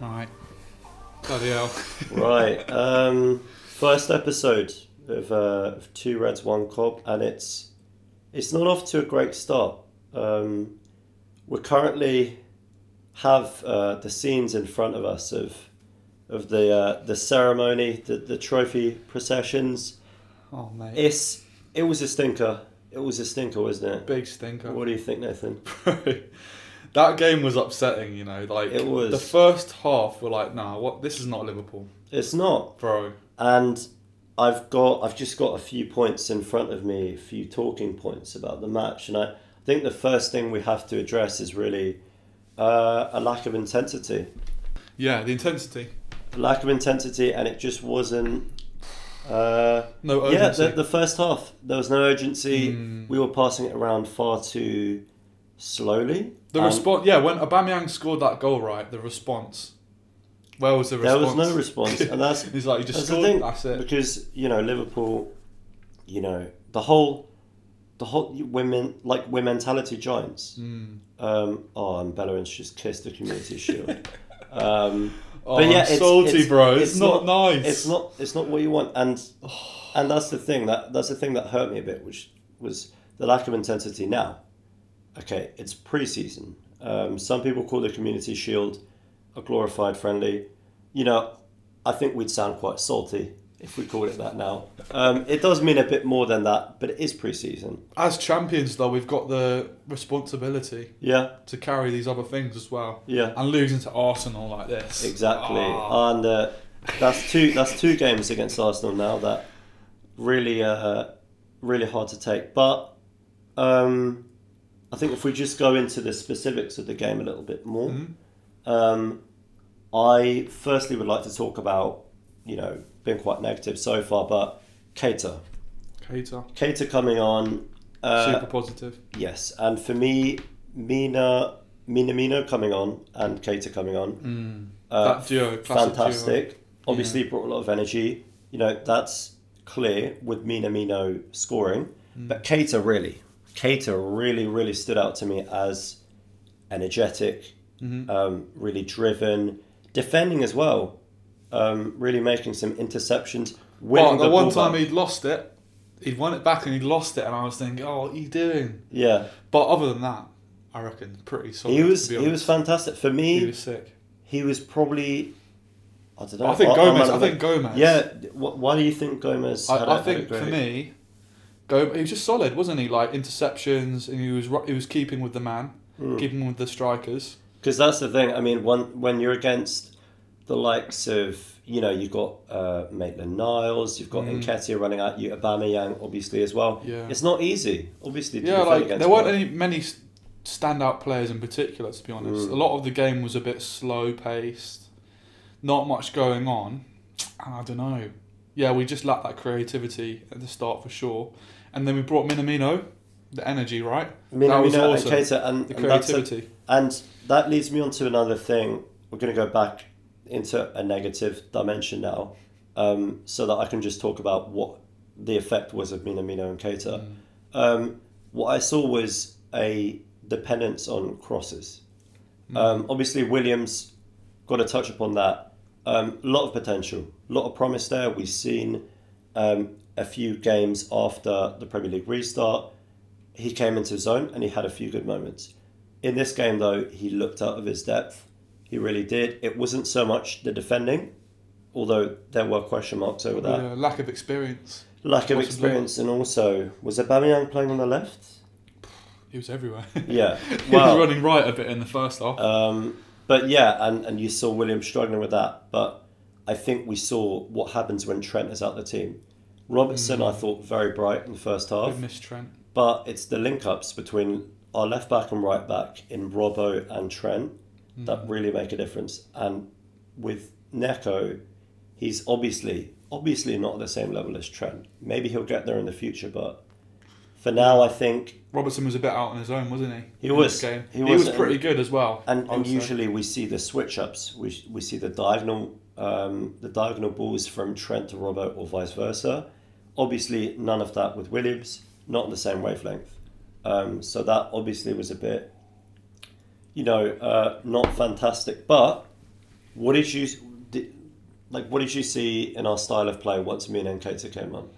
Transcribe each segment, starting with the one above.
Right. Bloody hell. Right. Um, first episode of, uh, of Two Reds One Cop, and it's it's not off to a great start. Um, we currently have uh, the scenes in front of us of of the uh, the ceremony, the, the trophy processions. Oh, mate. It's it was a stinker. It was a stinker, wasn't Big stinker. it? What do you think, Nathan? that game was upsetting, you know. Like It was. the first half, we're like, nah, what? This is not Liverpool, It's not. bro. and I've got I've just got a few points in front of me, a few talking points about the match, and I think the first thing we have to address is really uh, a lack of intensity, Yeah, the intensity. a lack of intensity, and it just wasn't. Uh, No yeah, urgency. the, the first half there was no urgency. Mm. We were passing it around far too slowly. The and response, yeah, when Aubameyang scored that goal, right? The response, where was the There response? was no response, and that's He's like, you just That's the scored. thing, that's it. because you know Liverpool, you know the whole, the whole women like we're mentality giants. Mm. Um, oh, and Bellerin's just kissed the community shield. Um, Oh, But yeah, I'm it's- salty, it's- bro. It's, it's not, nice. it's not it's not what you want, and and that's the thing that that's the thing that hurt me a bit, which was the lack of intensity. Now, okay, it's pre-season. Um, some people call the community shield a glorified friendly. You know, I think we'd sound quite salty if we called it that now. Um, it does mean a bit more than that, but it is pre-season. As champions, though, we've got the responsibility Yeah, to carry these other things as well. yeah. And losing to Arsenal like this. Exactly, Ah. and uh, that's two that's two games against Arsenal now that really uh, really hard to take. But um, I think if we just go into the specifics of the game a little bit more, Mhm. um, I firstly would like to talk about you know been quite negative so far, but Cater Cater. Cater coming on, uh, Super positive. yes, and for me Mina Minamino coming on and Cater coming on Mm. uh, that duo, classic fantastic. Obviously, Yeah. brought a lot of energy. You know, that's clear with Minamino scoring. Mm. But Cater really, Cater really, really stood out to me as energetic, Mhm. um, really driven, defending as well, um, really making some interceptions. duo. Winning But the, one ball time back. he'd lost it, he'd won it back and he'd lost it, and I was thinking, oh, what are you doing? yeah, But other than that, I reckon pretty solid. he was Oh, to be he was honest. fantastic for me. He was sick. He was probably. I don't know. I think Uh, I'm Gomez. out I of think it. Gomez. Yeah. wh- Why do you think Gomez? had a- I, I had a think for great- me, go. He was just solid, wasn't he? Like interceptions, and he was ru- he was keeping with the man, Mm. keeping with the strikers. Because that's the thing. I mean, one, when you're against the likes of, you know, you've got uh, Maitland Niles, you've got Mm. Nketiah running at you, Aubameyang, obviously, as well. Yeah. It's not easy, obviously, to yeah, defend like against there weren't one. any many s- standout players in particular. To be honest, Mm. a lot of the game was a bit slow paced, not much going on. And I don't know. Yeah, we just lacked that creativity at the start for sure, and then we brought Minamino, the energy, right? that was Minamino awesome. and Keita, and, The and that's a- creativity. and that leads me on to another thing. We're going to go back into a negative dimension now um, so that I can just talk about what the effect was of Minamino and Keita. Mm. Um, what I saw was a dependence on crosses. Hmm. Um, obviously, Williams got to touch upon that. A lot of potential, a lot of promise there. We've seen um, a few games after the Premier League restart. He came into his zone and he had a few good moments. In this game, though, he looked out of his depth. He really did. It wasn't so much the defending, although there were question marks over that. Yeah, lack of experience. Lack of Possibly. experience, and also, was Aubameyang playing on the left? He was everywhere. Yeah. he was Well, running right a bit in the first half. Um, but yeah, and, and you saw William struggling with that. But I think we saw what happens when Trent is out the team. Robertson, I thought, very bright in the first half. We've missed Trent. But it's the link ups between our left back and right back in Robbo and Trent that really make a difference. And with Neko, he's obviously obviously not at the same level as Trent. Maybe he'll get there in the future, but for now, I think Robertson was a bit out on his own, wasn't he? He in was. this game. He He, was. was pretty good as well. And, I and would say. usually we see the switch ups. We, we see the diagonal um, the diagonal balls from Trent to Robbo or vice versa. Obviously, none of that with Williams. Not on the same wavelength. Um, so that obviously was a bit, you know, uh, not fantastic. But what did you did, like? What did you see in our style of play once me and Keita came on?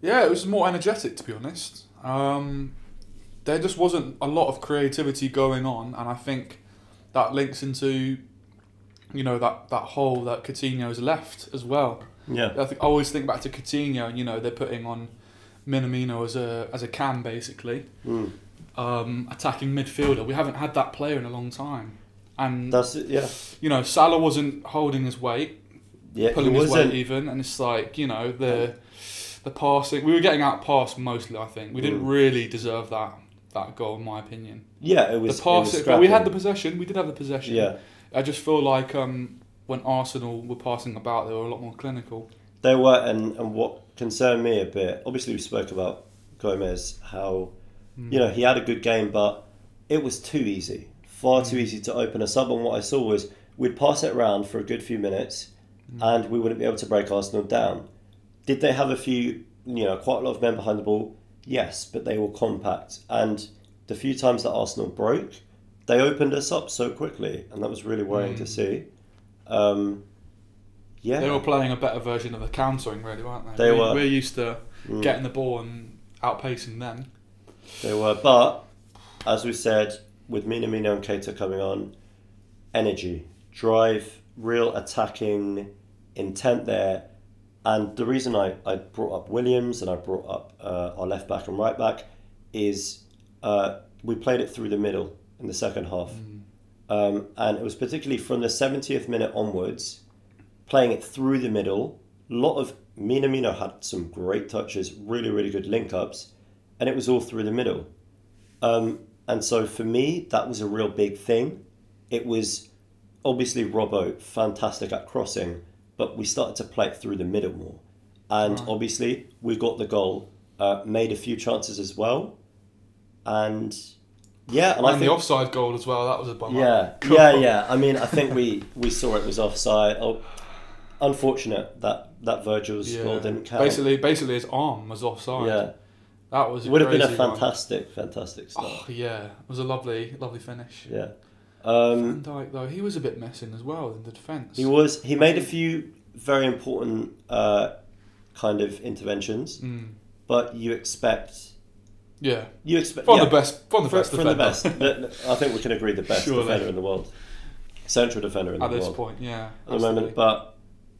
Yeah, it was more energetic to be honest. Um, there just wasn't a lot of creativity going on, and I think that links into, you know, that that hole that Coutinho's left as well. Yeah, I think I always think back to Coutinho, and you know they're putting on Minamino as a as a cam basically, Mm. um, attacking midfielder. We haven't had that player in a long time, and that's it. Yeah, you know Salah wasn't holding his weight yeah, it pulling his weight wasn't. even, and it's like you know the the passing. We were getting out passed mostly. I think we didn't really deserve that that goal, in my opinion. Yeah, Mm. it The was. it was passing, but we had the scrappy. possession. We did have the possession. Yeah, I just feel like um, when Arsenal were passing about, they were a lot more clinical. they were, and and what concerned me a bit. Obviously, we spoke about Gomez how, you know, he had a good game, but it was too easy, far too easy to open us up. And what I saw was we'd pass it round for a good few minutes, and we wouldn't be able to break Arsenal down. Did they have a few, you know, quite a lot of men behind the ball? Yes, but they were compact, and the few times that Arsenal broke, they opened us up so quickly, and that was really worrying to see. Um, yeah, They were playing a better version of the countering, really, weren't they? They we, were. Mm. We're used to getting the ball and outpacing them. They were, but as we said, with Minamino and Keita coming on, energy, drive, real attacking intent there. And the reason I, I brought up Williams and I brought up uh, our left back and right back is uh, we played it through the middle in the second half. Um, and it was particularly from the 70th minute onwards, playing it through the middle. A lot of Minamino had some great touches, really, really good link ups, and it was all through the middle. Um, and so for me, that was a real big thing. It was obviously Robbo, fantastic at crossing, but we started to play it through the middle more. And obviously, we got the goal, uh, made a few chances as well. And yeah, and I And the think offside goal as well. That was a bummer. yeah, Oh, Cool. yeah, yeah. I mean, I think we we saw it was offside. Oh, unfortunate that that Virgil's Yeah. goal didn't count. Basically, basically, his arm was offside. yeah, that was. it A would have been a crazy one. fantastic, fantastic start. Oh yeah, it was a lovely, lovely finish. Yeah, um, Van Dijk though, he was a bit missing as well in the defence. he was. He made a few very important uh, kind of interventions, Mm. but you expect Yeah, you expect from yeah, the best, from the fr- best, from the defender best. The- I think we can agree the best Surely. defender in the world, central defender in at the this world. point. Yeah, at the moment. But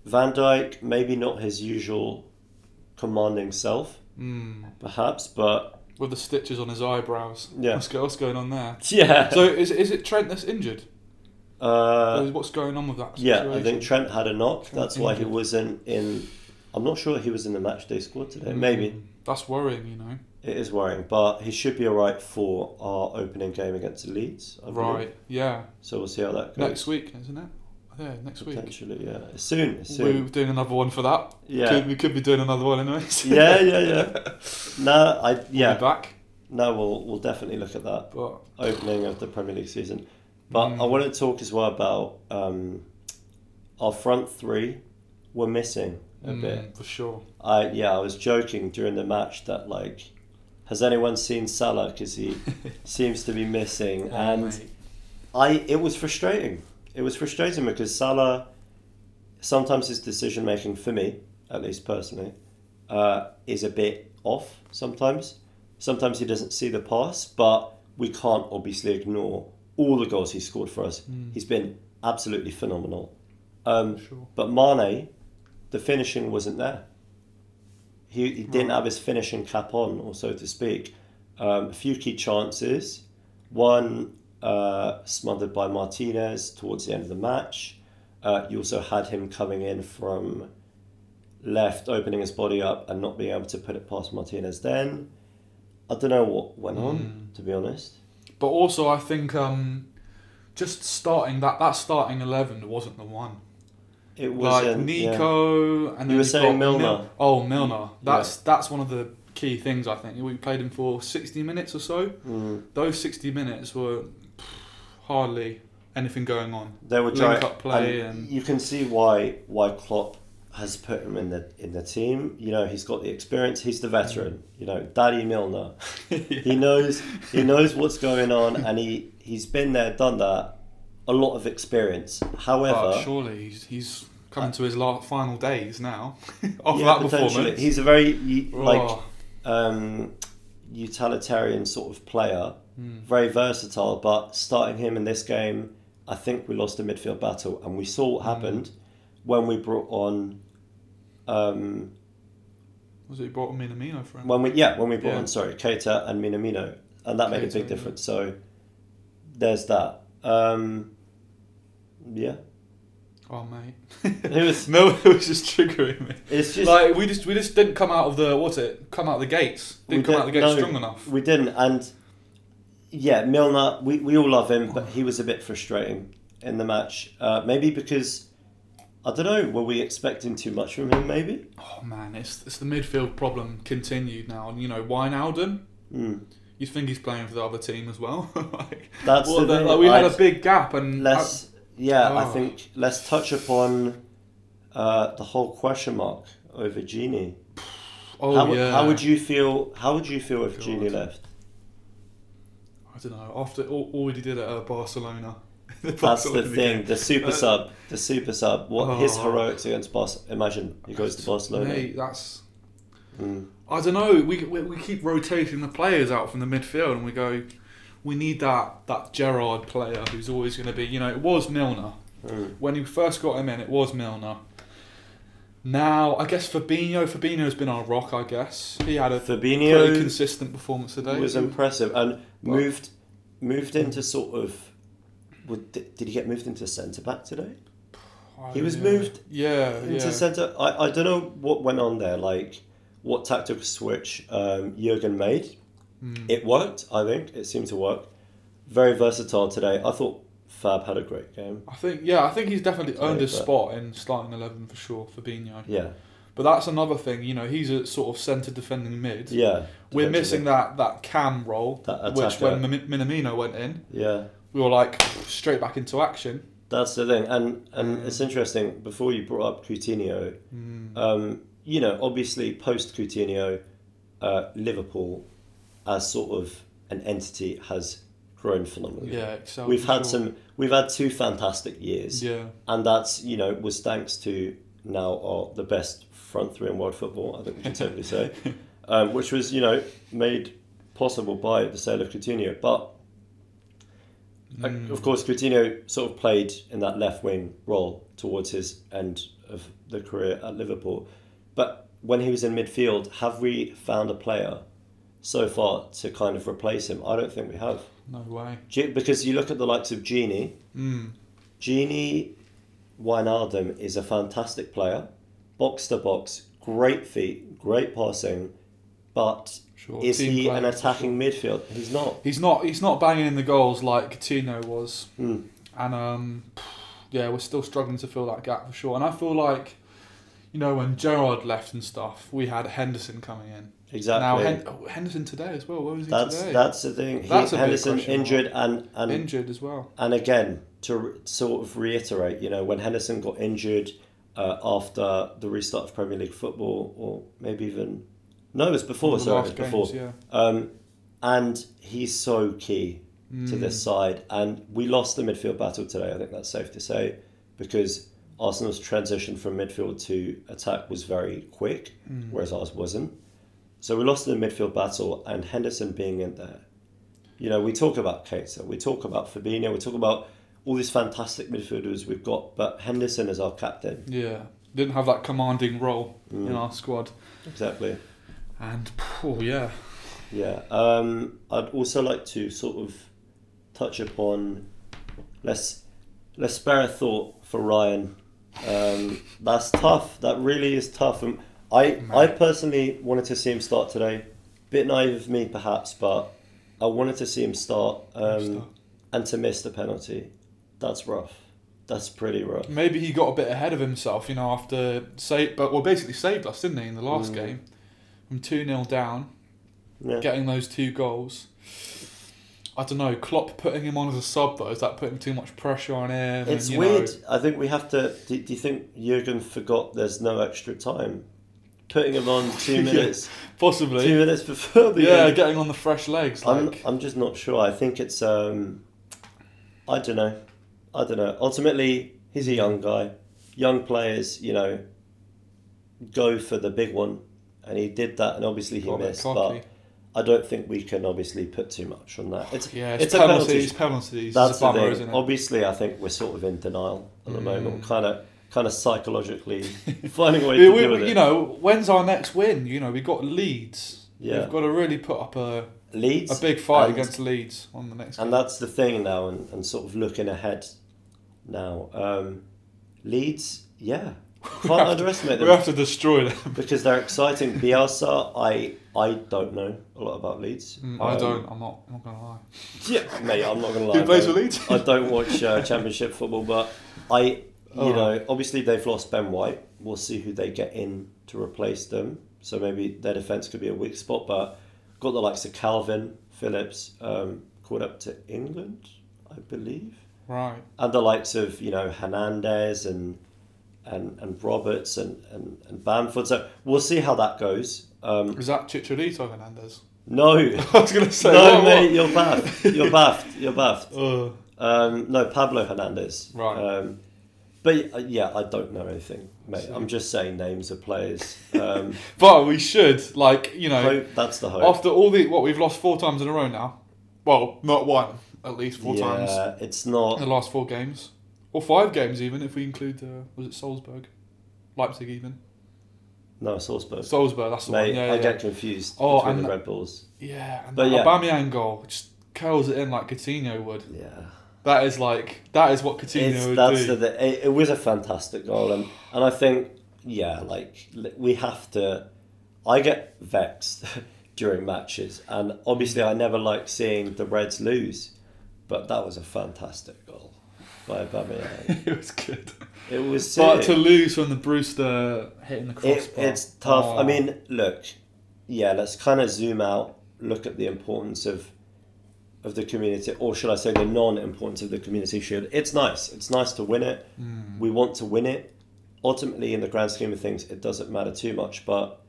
Van Dyke, maybe not his usual commanding self, mm. perhaps, but with the stitches on his eyebrows. Yeah. what's, go- what's going on there? yeah. So is is it Trent that's injured? uh, Or what's going on with that? yeah, I situation? think Trent had a knock. That's why he injured. wasn't in. I'm not sure he was in the matchday squad today. Mm-hmm. Maybe Hmm. that's worrying. You know, it is worrying, but he should be all right for our opening game against Leeds. I believe. right? Yeah, So we'll see how that goes. next week, isn't it? Yeah, next week. Potentially, yeah. It's Soon, it's We're soon. doing another one for that. Yeah. Could, we could be doing another one anyways. yeah, yeah, yeah. No, I We'll yeah. be back. No, we'll we'll definitely look at that. But opening of the Premier League season. But Mm. I want to talk as well about um, our front three were missing a mm, bit. for sure. I yeah, I was joking during the match that like, has anyone seen Salah? Because he seems to be missing, Oh and Mate. I it was frustrating. It was frustrating because Salah sometimes his decision making for me, at least personally, uh, is a bit off sometimes. Sometimes he doesn't see the pass, but we can't obviously ignore all the goals he scored for us. He's been absolutely phenomenal. Um, Sure. But Mane, the finishing wasn't there. He, he Hmm. didn't have his finishing cap on, or so to speak. Um, a few key chances. One uh, smothered by Martinez towards the end of the match. Uh, you also had him coming in from left, opening his body up and not being able to put it past Martinez then. I don't know what went Hmm. on, to be honest. But also, I think um, just starting that that starting eleven wasn't the one. It was Like Nico, and then You were you've saying got Milner. Mil- oh, Milner. That's that's one of the key things I think. We played him for sixty minutes or so. Mm. Those sixty minutes were pff, hardly anything going on. They were Link giant up play and- you can see why why Klopp has put him in the in the team. You know, he's got the experience. He's the veteran. You know, Daddy Milner. He knows he knows what's going on, and he he's been there, done that. A lot of experience. However, But surely he's, he's coming to his la final days now after yeah, that potentially, performance. he's a very u- like Oh, um, utilitarian sort of player, hmm. very versatile. But starting him in this game, I think we lost the midfield battle, and we saw Mm. what happened when we brought on. Um, was it he brought Minamino for him? when we yeah when we brought Yeah. on sorry Keita and Minamino, and that made a Keita, big yeah. difference. So there's that. Um, yeah, oh mate, It was- no, it was just triggering me. it's just like we just we just didn't come out of the what's it? Come out of the gates. We Didn't come out of the gates didn't- no. strong enough. we didn't and yeah Milner we, we all love him but he was a bit frustrating in the match uh, maybe because I don't know were we expecting too much from him maybe Oh man, it's it's the midfield problem continued now. And you know Wijnaldum, mm. you think he's playing for the other team as well? like, That's what the the- thing, like, we had I- a big gap and let's yeah I Oh. think let's touch upon uh, the whole question mark over Genie oh how, would- yeah. how would you feel how would you feel if Genie left I don't know. After all, all he did at uh, Barcelona. The that's the Barcelona thing game. the super Uh, sub the super sub what his Oh. heroics against Bos imagine he goes to Barcelona Mate, that's. Mm. I don't know. We, we we keep rotating the players out from the midfield, and we go, we need that that Gerard player who's always going to be. You know, it was Milner Mm. when you first got him in. It was Milner. Now, I guess Fabinho. Fabinho's been our rock. I guess he had a pretty Fabinho consistent performance today. was impressive and Well- moved moved into sort of. would- Did he get moved into centre back today? he was Yeah. moved Yeah, Into Oh, yeah. centre, I, I don't know what went on there. Like what tactical switch um, Jurgen made. Mm. It worked, I think. It seemed to work. Very versatile today. I thought Fab had a great game. I think yeah, I think he's definitely earned his But- spot in starting eleven for sure. Fabinho. Yeah, But that's another thing, you know, he's a sort of centre defending mid. yeah. We're Defensively. missing that, that cam role, That which attacker. when Min- Minamino went in, Yeah. we were like straight back into action. That's the thing, and and it's interesting. Before you brought up Coutinho, Mm. um, you know, obviously post Coutinho, uh, Liverpool, as sort of an entity, has grown phenomenally. Yeah, excelled. we've for had sure. some, we've had two fantastic years, Yeah, and that's you know was thanks to now our the best front three in world football. I think we can totally say, um, which was you know made possible by the sale of Coutinho, but. Uh, Of course, Coutinho sort of played in that left wing role towards his end of the career at Liverpool. But when he was in midfield, have we found a player so far to kind of replace him? I don't think we have. no way. Ge- Because you look at the likes of Genie. Genie Wijnaldum is a fantastic player. Box to box, great feet, great passing. But Sure. is team he player. an attacking midfield? He's not. He's not. He's not banging in the goals like Coutinho was, Mm. and um, yeah, we're still struggling to fill that gap for sure. And I feel like, you know, when Gerard left and stuff, we had Henderson coming in. Exactly. Now Hen- oh, Henderson today as well. Where was he That's today? that's the thing. He, That's a big Henderson question injured and and Injured as well. and again to re- sort of reiterate, you know, when Henderson got injured uh, after the restart of Premier League football, or maybe even no, it was before. The Sorry, it was last games, before. yeah. Um, and he's so key to this side, and we lost the midfield battle today. I think that's safe to say because Arsenal's transition from midfield to attack was very quick, whereas ours wasn't. So we lost the midfield battle, and Henderson being in there. You know, we talk about Keita, we talk about Fabinho, we talk about all these fantastic midfielders we've got, but Henderson is our captain. Yeah, didn't have that commanding role in Mm. our squad, Exactly. and oh yeah, Yeah. Um, I'd also like to sort of touch upon let's let's spare a thought for Ryan. Um, that's tough. That really is tough. And I I personally wanted to see him start today. Bit naive of me perhaps, but I wanted to see him start um, and to miss the penalty. That's rough. That's pretty rough. maybe he got a bit ahead of himself, you know, after save, but well, basically saved us, didn't he, in the last game, from two 0 down, Mm. Yeah. getting those two goals. I don't know. Klopp putting him on as a sub though is that putting too much pressure on him? It's and, you weird. know- I think we have to. Do, do you think Jurgen forgot there's no extra time? Putting him on Yeah. two minutes, two possibly. minutes before the Yeah, end. getting on the fresh legs. I'm, Like, I'm just not sure. I think it's. um I don't know. I don't know. Ultimately, he's a young guy. Young players, you know, go for the big one, and he did that, and obviously he got a bit missed. cocky. But I don't think we can obviously put too much on that. It's yeah, it's, it's a penalties. penalty. Penalties. That's it's a bummer, the isn't thing. it? Obviously, I think we're sort of in denial at the moment. Mm. We're kind of, kind of psychologically finding a way We- to we- deal with you it. know, when's our next win? You know, we got Leeds. Yeah. We've got to really put up a, Leeds, a big fight and, against Leeds on the next. and that's the thing now, and, and sort of looking ahead now. Um, Leeds, yeah, We have can't to- underestimate we them have to destroy them. because they're exciting. Bielsa, I, I don't know a lot about Leeds. Mm, I Um, don't. I'm not. I'm not gonna lie. Yeah, mate, I'm not gonna lie. Who plays mate. for Leeds? I don't watch uh, Championship football, but I, you Oh. know, obviously they've lost Ben White. We'll see who they get in to replace them. So maybe their defense could be a weak spot. But got the likes of Calvin Phillips um, called up to England, I believe, Right. and the likes of you know Hernandez and and and Roberts and and, and Bamford. So we'll see how that goes. Um, Is that Chicharito Hernandez? no. I was gonna say. no, what- mate, what- you're baffed. You're baffed. You're baffed. Uh, Um, no, Pablo Hernandez. Right. Um, but uh, yeah, I don't know anything, mate. See. I'm just saying names of players. Um, but we should, like, you know, hope that's the hope. after all the what we've lost four times in a row now. Well, not one, at least four yeah, times it's in the not. last four games, or five games even if we include uh, was it Salzburg, Leipzig even No, Salzburg. Salzburg. That's the Mate, one. Yeah, I yeah. get confused Oh, between the and- Red Bulls. yeah. And But but yeah. Aubameyang goal just curls it in like Coutinho would. Yeah, That is like that is what Coutinho it's, would that's do. the, the- it, it was a fantastic goal, and and I think yeah, like li- we have to. I get vexed during matches, and obviously I never like seeing the Reds lose, but that was a fantastic goal by Aubameyang. it was good. It was But serious. to lose from the Brewster hitting the it, crossbar, it's tough. I Oh. mean, look, yeah, let's kind of zoom out, look at the importance of of the community, or should I say, the non-importance of the community shield. It's nice. It's nice to win it. Hmm. We want to win it. Ultimately, in the grand scheme of things, it doesn't matter too much. But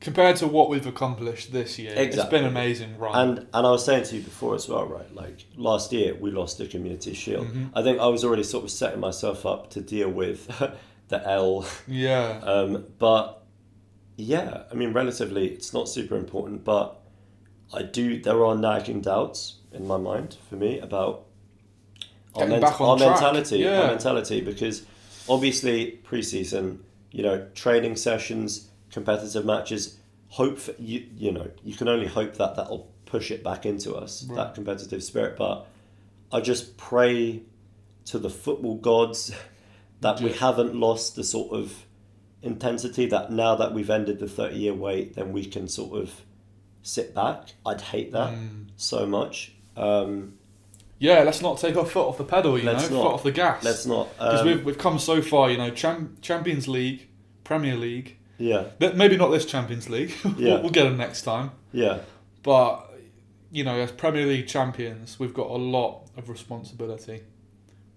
compared to what we've accomplished this year, it's Exactly. been amazing run. and and I was saying to you before as well, right? Like last year, we lost the community shield. Mm-hmm. I think I was already sort of setting myself up to deal with the L yeah, Um, but yeah, I mean, relatively, it's not super important. But I do. There are nagging doubts in my mind for me about our, Getting ment- back on our track, mentality. Our yeah. mentality, because obviously, preseason, you know, training sessions, competitive matches. Hope for, you you know you can only hope that that'll push it back into us Right. that competitive spirit. But I just pray to the football gods that we Yeah. haven't lost the sort of intensity that now that we've ended the 30 year wait, then we can sort of sit back. I'd hate Mm. that so much. Um, yeah. Let's not take our foot off the pedal. You Let's know, not. foot off the gas. let's not. because Um, we've we've come so far. You know, Cham- Champions League, Premier League. yeah, Th- Maybe not this Champions League. We'll- Yeah. we'll get them next time. yeah, But you know, as Premier League champions, we've got a lot of responsibility.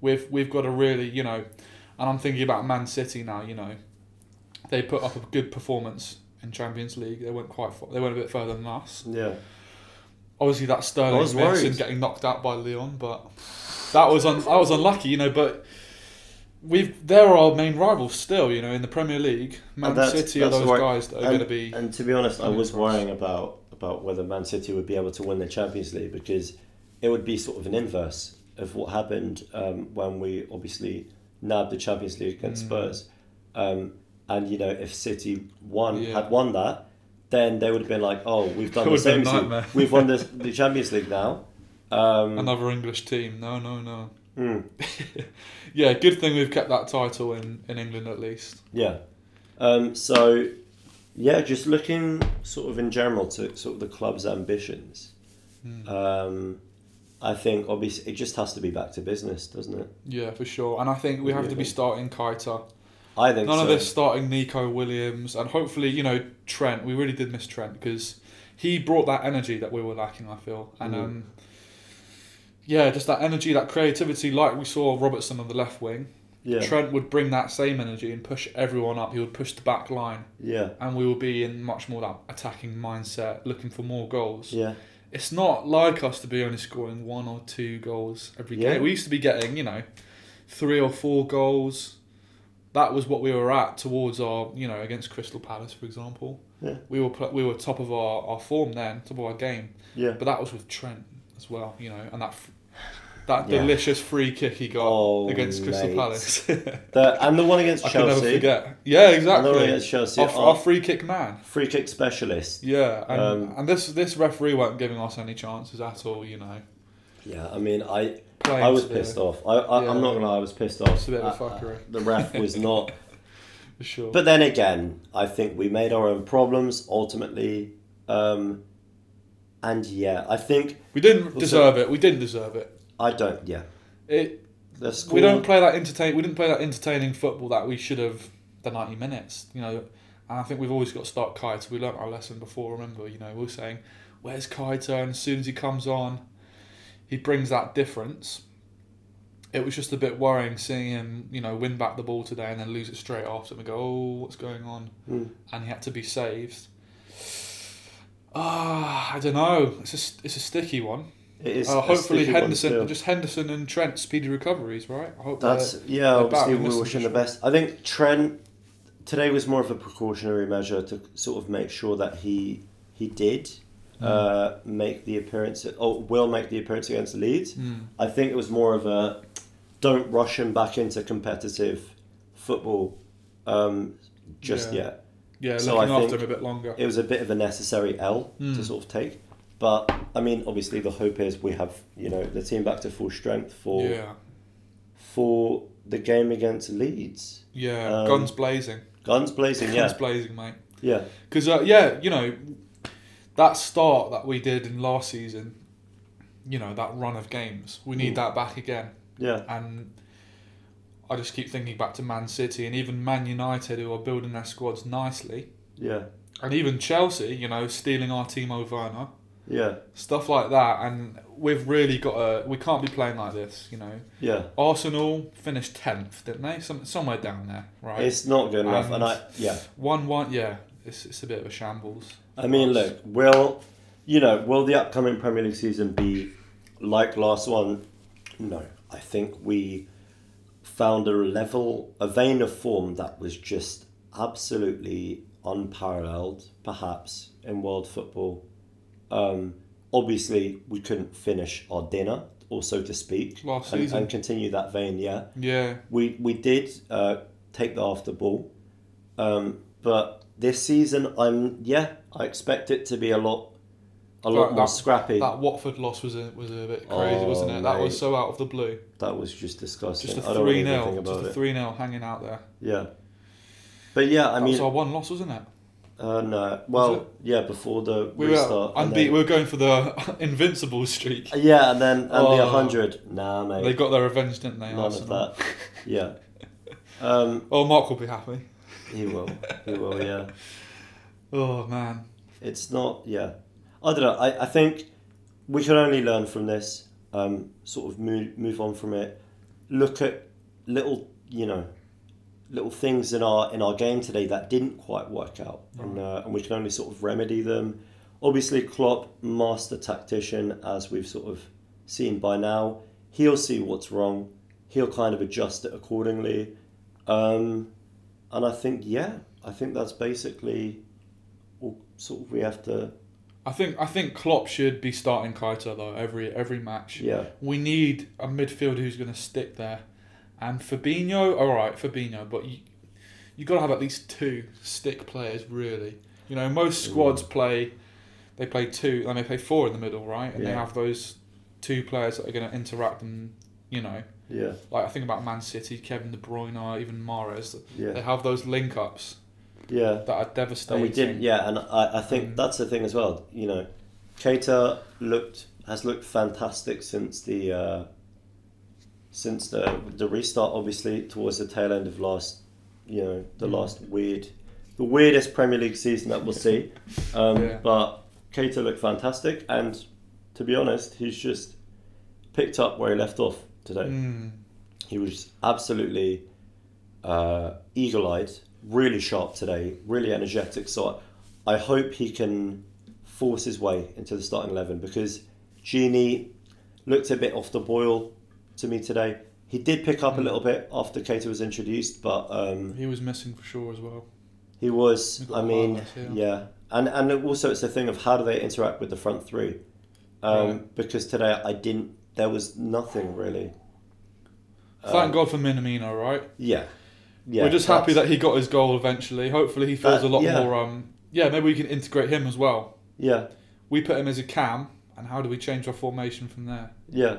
We've we've got to really, you know, and I'm thinking about Man City now. You know, they put up a good performance in Champions League. They went quite far, they went a bit further than us. yeah. Obviously, that Sterling I was miss worried. and getting knocked out by Leon, but that was un- I was unlucky, you know. But we've they're our main rivals still, you know, in the Premier League. Man that's- City are that's those right. guys that are going to be. and to be honest, I coming was across. worrying about about whether Man City would be able to win the Champions League because it would be sort of an inverse of what happened um, when we obviously nabbed the Champions League against Mm. Spurs. Um, and you know, if City won Yeah. had won that, then they would have been like, "Oh, we've done It the would have been a same. thing. nightmare. We've won the, the Champions League now." Um, Another English team. No, no, no. mm, yeah, good thing we've kept that title in, in England at least. Yeah. Um, so, yeah, just looking sort of in general to sort of the club's ambitions. Hmm. Um, I think obviously it just has to be back to business, doesn't it? Yeah, for sure. And I think we have to be Yeah. starting Kaita. I think None so. of this starting Nico Williams and hopefully, you know, Trent. We Hmm. really did miss Trent because he brought that energy that we were lacking, I feel. And Mm. um, yeah, just that energy, that creativity, like we saw Robertson on the left wing. Yeah. Trent would bring that same energy and push everyone up. He would push the back line, yeah. and we would be in much more that attacking mindset, looking for more goals. Yeah. It's not like us to be only scoring one or two goals every Yeah. game. We used to be getting, you know, three or four goals. That was what we were at towards our, you know, against Crystal Palace, for example. Yeah. We were pl- we were top of our, our form then, top of our game. Yeah. But that was with Trent as well, you know, and that f- that Yeah. delicious free kick he got Oh, against Crystal mate. Palace. The, and the one against I can never Chelsea. forget. Yeah, And the one exactly. against Chelsea. Our, are our free kick man. free kick specialist. Yeah, and, Um, and this this referee weren't giving us any chances at all, you know. Yeah. I mean, I Playing I was to the- pissed off. I, I I'm Yeah. not gonna lie. I was pissed off. It's a bit of a Uh, uh, fuckery. the ref was not. For sure. But then again, I think we made our own problems ultimately. Um, and yeah, I think we didn't Also- deserve it. We didn't deserve it. I don't. Yeah, It the we score- don't play that entertain we didn't play that entertaining football that we should have the 90 minutes, you know. And I think we've always got to start Kaito. We learnt our lesson before, remember, you know, we were saying, Where's Kaito? And as soon as he comes on, he brings that difference. It was just a bit worrying seeing him, you know, win back the ball today and then lose it straight after and we go, Oh, what's going on? Mm. and he had to be saved. Ah, I don't know. It's a st- it's a sticky one. It is Uh, a hopefully sticky one Henderson, still. just Henderson and Trent speedy recoveries, right? I hope That's they're- yeah. they're Uh, back. Obviously, We missed we're them wishing for the best. I think Trent today was more of a precautionary measure to sort of make sure that he he did Mm. uh, make the appearance or will make the appearance against Leeds. Mm. I think it was more of a don't rush him back into competitive football um, just Yeah. yet. yeah, So looking I after think- him a bit longer. It was a bit of a necessary L Mm. to sort of take. But I mean, obviously, the hope is we have you know the team back to full strength for yeah, for the game against Leeds. yeah, um, guns blazing, Guns blazing, guns yeah, blazing, mate. yeah, Because uh, yeah, you know, that start that we did in last season, you know, that run of games, we need Mm. that back again. yeah, and I just keep thinking back to Man City and even Man United who are building their squads nicely, yeah, and even Chelsea, you know, stealing our Timo Werner, yeah, stuff like that. And we've really got to. We can't be playing like this, you know. yeah. Arsenal finished tenth, didn't they? Some somewhere down there, right? It's not good enough, and And- I yeah. one one, yeah. It's it's a bit of a shambles. I mean, look, will you know? Will the upcoming Premier League season be like last one? No, I think we found a level, a vein of form that was just absolutely unparalleled, perhaps in world football. Um, obviously, we couldn't finish our dinner, or so to speak, Last and, season. and continue that vein. Yeah, Yeah, we we did uh, take the after ball, um, but this season I'm yeah I expect it to be a lot, a lot That- more that- scrappy. That, that Watford loss was a was a bit crazy, Oh, wasn't it? That was mate. so out of the blue. was just disgusting. Just a I don't wanna three even 0 think just about a it. three 0 hanging out there. yeah, but yeah, I That was mean, our one loss, wasn't it? uh, no, Was well, yeah, before the We were restart, and unbeat. We were going for the invincible streak. then, yeah, and then and the Oh. hundred. Nah, mate, They got their revenge, didn't they? none Arsenal? of that. yeah, um, Oh, Mark will be happy. he will, he will, yeah. Oh man, It's not, yeah. I don't know. I, I think we can only learn from this, um, sort of move, move on from it. Look at little, you know, little things in our in our game today that didn't quite work out, and, uh, and we can only sort of remedy them. Obviously, Klopp, master tactician, as we've sort of seen by now, he'll see what's wrong. He'll kind of adjust it accordingly. Um, and I think, yeah, I think that's basically all sort of we have to, I think I think Klopp should be starting Kaito though every every match. yeah, We need a midfielder who's going to stick there, and Fabinho. All right, Fabinho, but you you got to have at least two stick players really. You know, most squads play they play two and they play four in the middle, right? And they Yeah. have those two players that are going to interact and you know yeah, like I think about Man City, Kevin De Bruyne, or even Mares. They yeah, have those link ups yeah. that are And devastating. we did, yeah, and I, I think Mm. that's the thing as well. You know, Keita looked has looked fantastic since the uh, since the the restart. Obviously, towards the tail end of last, you know, the Mm. last weird, the weirdest Premier League season that we'll see. Um, Yeah. But Keita looked fantastic, and to be honest, he's just picked up where he left off today. Mm. He was absolutely uh, eagle eyed, really sharp today, really energetic. So I, I hope he can force his way into the starting 11 because Genie looked a bit off the boil to me today. He did pick Hmm. up a little bit after Cato was introduced, but um, He was missing for sure as well. he was, We've got I a mean, highlight here. yeah. And, and also, it's the thing of how do they interact with the front three? Um, Because today I didn't, there was nothing really. Thank God for Minamino, right? Yeah. Um, Yeah. We're just happy that's- that he got his goal eventually. Hopefully, he feels That- a lot yeah. more. Um, yeah, maybe we can integrate him as well. Yeah. We put him as a cam, and how do we change our formation from there? Yeah.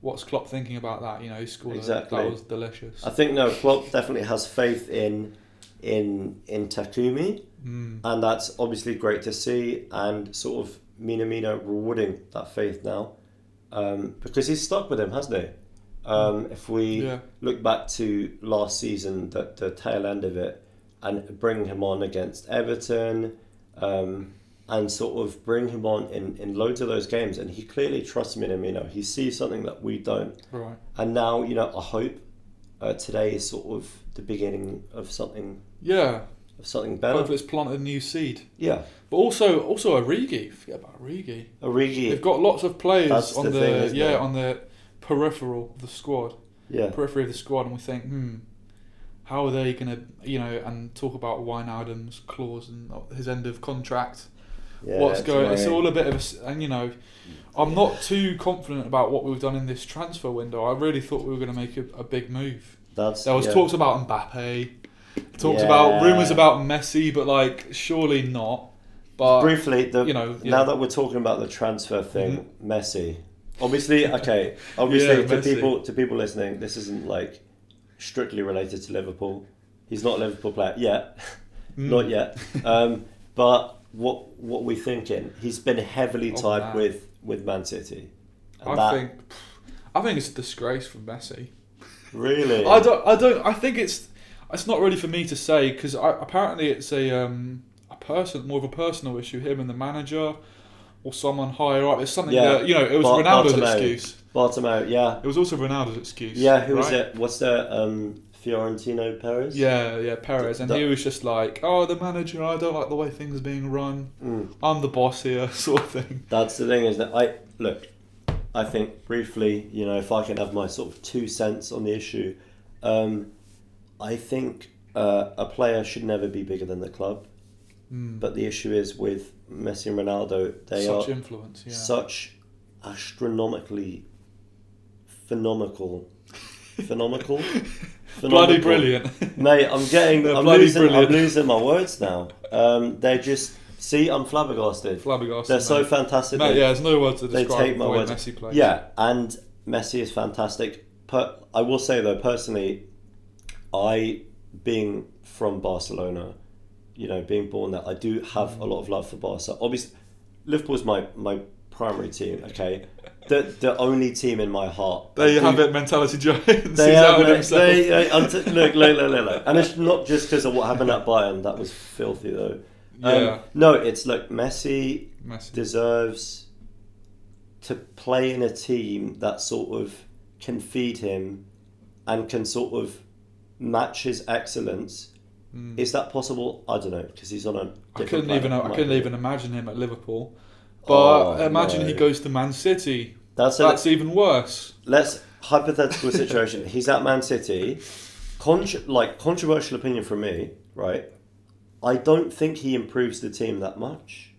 What's Klopp thinking about that? You know, he scored. a- Exactly. that was delicious. I think no, Klopp definitely has faith in in in Takumi, Mm, and that's obviously great to see, and sort of Minamino rewarding that faith now, um, because he's stuck with him, hasn't he? Um, if we Yeah. look back to last season, the, the tail end of it, and bring him on against Everton, um, and sort of bring him on in, in loads of those games, and he clearly trusts Minamino. He sees something that we don't, right. and now, you know, I hope uh, today is sort of the beginning of something Yeah. of something better. Hopefully, it's planted a new seed. Yeah, But also, also Origi. Forget about Origi. They've Origi. got lots of players That's on the the, thing, isn't yeah it? on the peripheral of the squad, Yeah, periphery of the squad, and we think, hmm, how are they gonna, you know, and talk about Wijnaldum's clause and his end of contract. yeah. what's going. It's Tomori. all a bit of a, s- and you know, I'm not too confident about what we've done in this transfer window. I really thought we were going to make a, a big move. That's There was yeah. talks about Mbappe, talks Yeah. about rumors about Messi, but like surely not. But briefly. The, you know, now yeah. Mm-hmm. that we're talking about the transfer thing, Messi. Obviously, okay. Obviously, Yeah, to Messi. people to people listening, this isn't like strictly related to Liverpool. He's not a Liverpool player yet, Mm. not yet. Um, but what what we thinking? He's been heavily Oh, tied man. with with Man City. And I that- think, I think it's a disgrace for Messi. really. I don't. I don't. I think it's. It's not really for me to say because apparently it's a um, a person more of a personal issue. Him and the manager, or someone higher up. It's something Yeah. that you know. It was Bar- Ronaldo's Bartomeu. excuse. Bartomeu, yeah. It was also Ronaldo's excuse. Yeah, who was right? it? What's the um, Fiorentino Perez? Yeah, yeah, Perez, and The- he was just like, "Oh, the manager. I don't like the way things are being run. Mm. I'm the boss here," sort of thing. That's the thing, isn't it? I look, I think briefly, you know, if I can have my sort of two cents on the issue, um, I think uh, a player should never be bigger than the club. Mm. But the issue is with Messi and Ronaldo, they are Such influence. Yeah. such astronomically phenomenal, phenomenal, Bloody phenomenal- brilliant. Mate, I'm getting, They're I'm bloody losing, brilliant. I'm losing my words now. Um, they just see, I'm flabbergasted. Flabbergasted. They're so mate. fantastic. Mate, They- yeah, there's no words to They describe take my the way words. Messi plays. yeah, and Messi is fantastic. Per, I will say though, personally, I being from Barcelona, you know, being born there, I do have a lot of love for Barca. Obviously, Liverpool's my my primary team. Okay, the the only team in my heart. There you I do- have it, mentality Jones. They He's have, outed mate. himself. They- uh, they- I'm t- look, look, look, look, look. And it's not just because of what happened at Bayern. That was filthy, though. Um, Yeah. No, it's look, Messi Messi. deserves to play in a team that sort of can feed him and can sort of match his excellence. Mm. Is that possible? I don't know because he's on a. I different couldn't even. planet, I might couldn't be. even imagine him at Liverpool. But Oh, imagine no. he goes to Man City. That's a, That's even worse. let's hypothetical situation. He's at Man City. Contr like controversial opinion from me, right? I don't think he improves the team that much.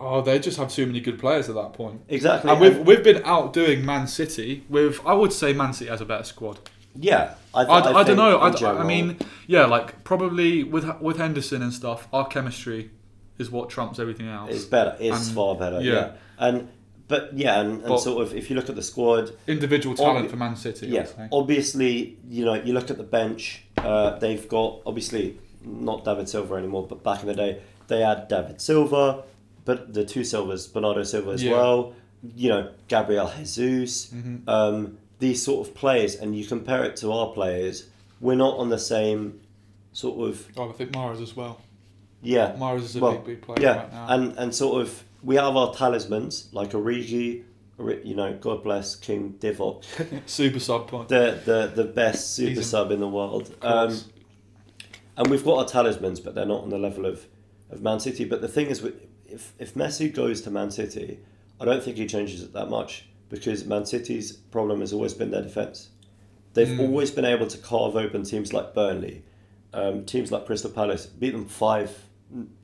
Oh, they just have too many good players at that point. Exactly. And we've and- we've been outdoing Man City with I would say Man City has a better squad. yeah, I, I, th- I, don't think know. in I, I general- mean, yeah, like probably with with Henderson and stuff, our chemistry is what trumps everything else. It's better. It's And- far better. Yeah. yeah. And but yeah, and, and But- sort of if you look at the squad, Individual talent Obvi- for Man City. yeah, I'd say. obviously you know you look at the bench. Uh, they've got obviously not David Silva anymore, but back in the day they had David Silva, but the two Silvers, Bernardo Silva as Yeah. Mm-hmm. well. You know Gabriel Jesus, um, these sort of players, and you compare it to our players. We're not on the same sort of Oh, I think Mara's as well. yeah. Mara's is a Well, big big player yeah, right now. and and sort of we have our talismans like Origi, re- you know, God bless King Divock, Super sub pod. the the, the best super He's a- sub in the world. Of Um, course. and we've got our talismans, but they're not on the level of, of Man City. But the thing is, with- if if Messi goes to Man City, I don't think he changes it that much because Man City's problem has always been their defense. They've Mm. always been able to carve open teams like Burnley, um, teams like Crystal Palace, beat them five,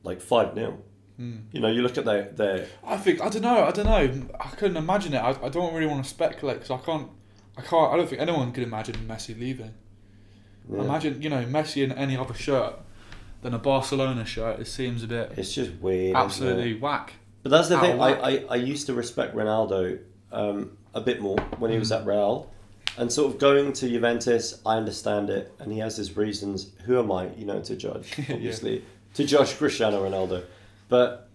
like five 0 Mm. You know, you look at their their I think I don't know. I don't know. I couldn't imagine it. I, I don't really want to speculate because I can't. I can't. I don't think anyone could imagine Messi leaving. yeah. Imagine you know Messi in any other shirt than a Barcelona shirt. It seems a bit It's just weird. isn't absolutely it? whack. But that's the out of thing. I, I, whack. I used to respect Ronaldo um, a bit more when he was Mm. at Real, and sort of going to Juventus. I understand it, and he has his reasons. Who am I, you know, to judge? Yeah. Obviously, to judge Cristiano Ronaldo, but.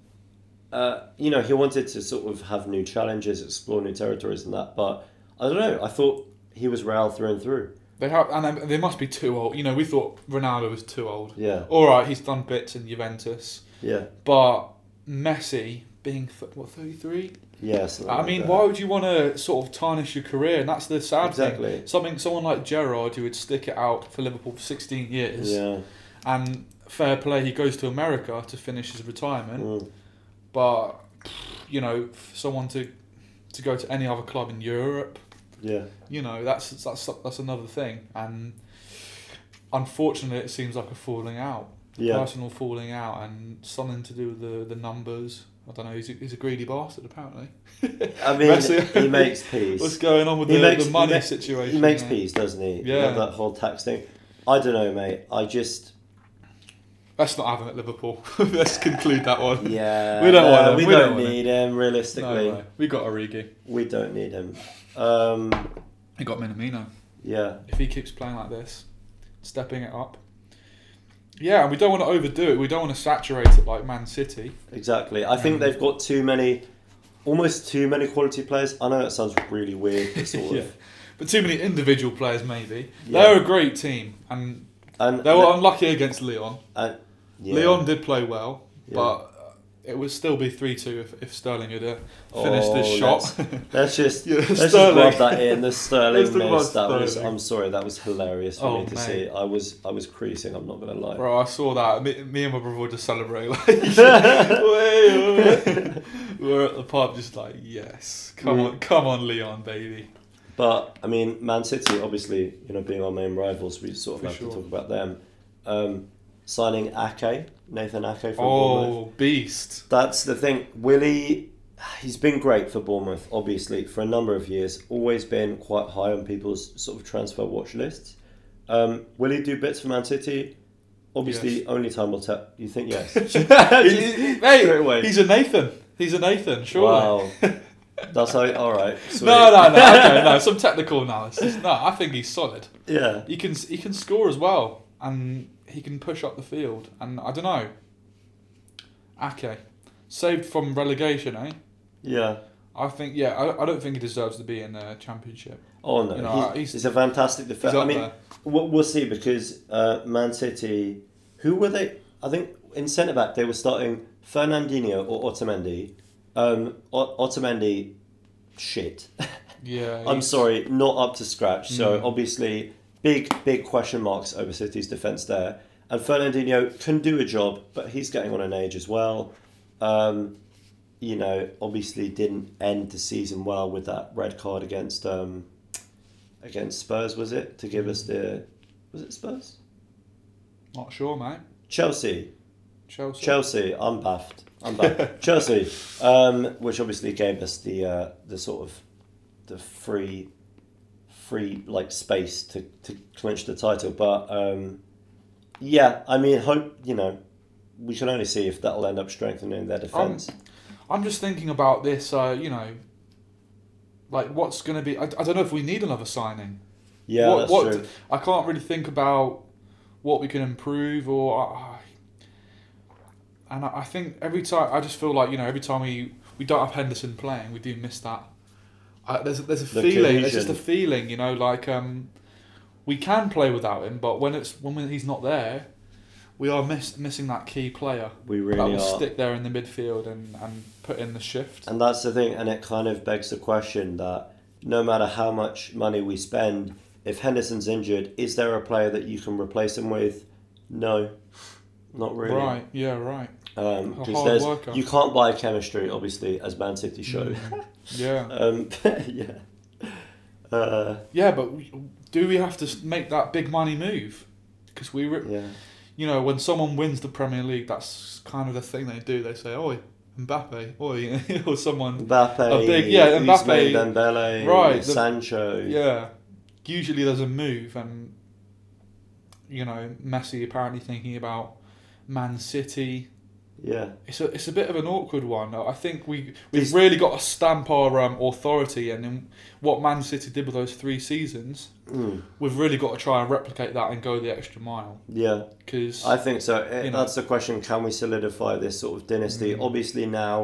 Uh, you know, he wanted to sort of have new challenges, explore new territories, and that. But I don't know. I thought he was Real through and through. They have, and they- they must be too old. You know, we thought Ronaldo was too old. Yeah, All right, he's done bits in Juventus, yeah, but Messi being th- what thirty three. yeah. something I like mean, that. why would you want to sort of tarnish your career? And that's the sad Exactly. thing. Something someone like Gerard, who would stick it out for Liverpool for sixteen years, Yeah. and fair play, he goes to America to finish his retirement. Mm. But you know, for someone to to go to any other club in Europe, Yeah. you know, that's that's that's another thing. And unfortunately, it seems like a falling out, Yeah. personal falling out, and something to do with the the numbers. I don't know. He's a, he's a greedy bastard, apparently. I mean, Messi- he makes peace. What's going on with He the, makes- the money he ma- situation? He makes there? peace, doesn't he? You Yeah. know, that whole tax thing. I don't know, mate. I just That's not having at Liverpool. Let's conclude that one. yeah. We don't no, want him, We, we don't, don't want need him. Realistically, No way. We got Origi. we don't need him. Um, We got Minamino. yeah. if he keeps playing like this, stepping it up. Yeah, and we don't want to overdo it. We don't want to saturate it like Man City. Exactly. I think Um, they've got too many, almost too many quality players. I know that sounds really weird. but Sort yeah. of. But too many individual players, maybe. Yeah. They're a great team, and And they were unlucky against Leon. and- yeah. Leon did play well, Yeah. but uh, it would still be 3 2 if, if Sterling had uh, finished this Oh, shot. Let's just Yeah, let's just Sterling. rub that in. The Let's Sterling talk about miss. That was. Sterling. I'm sorry. That was hilarious for Oh, me to mate. see. I was. I was creasing. I'm not gonna lie. Bro, I saw that. Me, me and my brother were just celebrate like, way, we were at the pub, just like, yes, come Mm. on, come on, Leon, baby. But I mean, Man City, obviously, you know, being our main rivals, we sort of For have sure. to talk about them. Um, signing Ake, Nathan Ake from Bournemouth. Oh, beast. That's the thing. Willie, he's been great for Bournemouth, obviously, for a number of years. Always been quite high on people's sort of transfer watch lists. Um, will he do bits for Man City? Obviously, Yes. only time will tell. You think yes? hey, Straight away. he's a Nathan. He's a Nathan, surely. Wow. That's how. All right. Sweet. No, no, no. Okay, no. Some technical analysis. No, I think he's solid. Yeah. He can he can score as well, and he can push up the field. And I don't know. Ake, saved from relegation, eh? Yeah. I think yeah. I, I don't think he deserves to be in the championship. Oh no, You know, he's, he's, he's- a fantastic He's defender. up I mean, there. we'll, we'll see because uh, Man City, who were they? I think in centre back they were starting Fernandinho or Otamendi. Um, o- Otamendi, shit. Yeah. I'm he's- sorry, not up to scratch. So Mm. obviously, big big question marks over City's defence there. And Fernandinho can do a job, but he's getting on in age as well. Um, you know, obviously didn't end the season well with that red card against um, against Spurs. Was it to give us the was it Spurs Not sure, mate. Chelsea Chelsea. Chelsea? I'm baffed. I'm baffed. Chelsea, um, which obviously gave us the uh, the sort of the free free like space to, to clinch the title. But um, yeah, I mean, hope you know we can only see if that'll end up strengthening Um, their defense. I'm just thinking about this. Uh, you know. Like what's gonna be? I, I don't know if we need another signing. yeah, what- that's what- true. I can't really think about what we can improve or. I and I I think every time I just feel like you know every time we we don't have Henderson playing we do miss that. I, there's a- there's a The feeling. It's just cohesion. a feeling, you know, like um, we can play without him, but when it's when he's not there, we are miss, missing that key player We that really will are. stick there in the midfield and, and put in the shift. And that's the thing, and it kind of begs the question that no matter how much money we spend, if Henderson's injured, is there a player that you can replace him with? No, not really. Right, yeah, right. A Because hard there's worker. you can't buy chemistry, obviously, as Man City showed. Mm. Yeah. um, yeah. Uh, Yeah, but we- do we have to s- make that big money move? Because we, re- yeah. you know, when someone wins the Premier League, that's kind of the thing they do. They say, "Oi, Mbappe, oi," or someone. Mbappe, A big- yeah, Ousmane Mbappe. Dembele, Right, the- Sancho. Yeah. Usually there's a move, and you know, Messi apparently thinking about Man City. yeah. It's a it's a bit of an awkward one. I think we we've This- really got to stamp our um, authority, and then what Man City did with those three seasons, Mm, we've really got to try and replicate that and go the extra mile. yeah. Because I think so. It, You know. That's the question. Can we solidify this sort of dynasty? Mm. Obviously, now,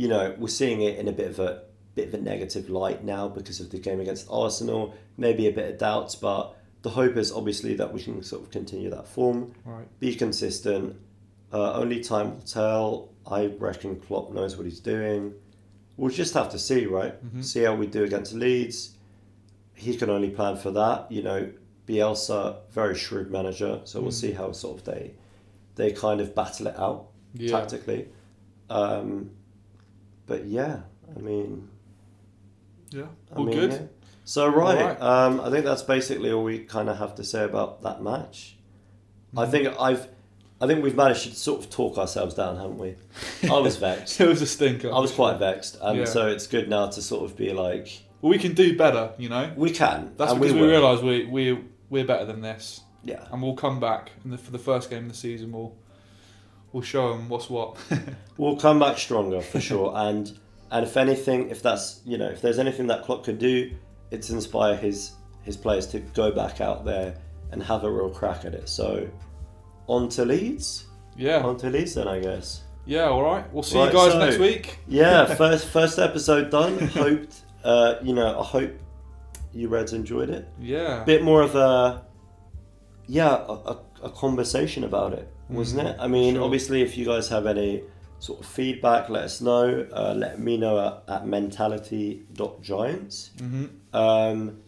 you know, we're seeing it in a bit of a bit of a negative light now because of the game against Arsenal. Maybe a bit of doubts, but the hope is obviously that we can sort of continue that form, right, be consistent. Uh, only time will tell. I reckon Klopp knows what he's doing. We'll just have to see, right? Mhm. See how we do against Leeds. He can only plan for that, you know. Bielsa, very shrewd manager, so we'll Mm. see how sort of they they kind of battle it out yeah. tactically. Um, but yeah, I mean, Yeah. I All mean, good. yeah. So right, Alright. Um, I think that's basically all we kind of have to say about that match. I Mm-hmm. think I've, I think we've managed to sort of talk ourselves down, haven't we? I was vexed. it was a stinker. I was quite vexed, and Yeah. so it's good now to sort of be like, Well, we can do better, you know. we can. That's and because we, will. realise we we we're better than this, Yeah. and we'll come back and the, for the first game of the season. We'll we'll show them what's what. We'll come back stronger for sure, and and if anything, if that's you know, if there's anything that Klopp could do, it's inspire his his players to go back out there and have a real crack at it. So, on to Leeds, yeah, on to Leeds, then I guess. yeah. All right. We'll see you Right, guys so- next week. Yeah, first first episode done. Hoped, uh, you know, I hope you Reds enjoyed it. Yeah. Bit more of a yeah, a, a, a conversation about it, wasn't it? I mean, sure. obviously, if you guys have any sort of feedback, let us know. Uh, let me know at, at mentality.giants. hmm Um,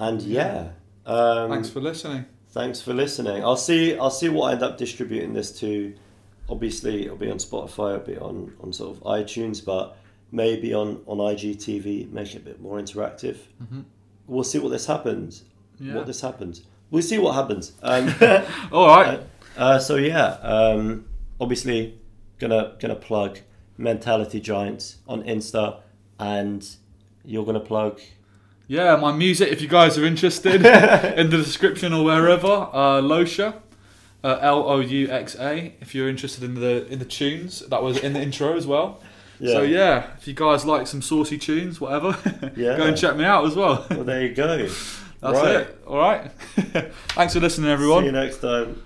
and yeah, um, Thanks for listening. thanks for listening. I'll see. I'll see what I end up distributing this to. Obviously, it'll be on Spotify. It'll be on on sort of iTunes, but maybe on on IGTV, make it a bit more interactive. Mhm. We'll see what this happens. Yeah. What this happens. We'll see what happens. Um, All right. uh, so yeah, um, obviously, gonna gonna plug Mentality Giants on Insta, and you're gonna plug. Yeah, my music. If you guys are interested, in the description or wherever, uh, Losha, uh, L O U X A. If you're interested in the in the tunes, that was in the intro as well. So yeah, if you guys like some saucy tunes, whatever, Yeah. go and check me out as well. Well, there you go. That's Right. it. All right. Thanks for listening, everyone. See you next time.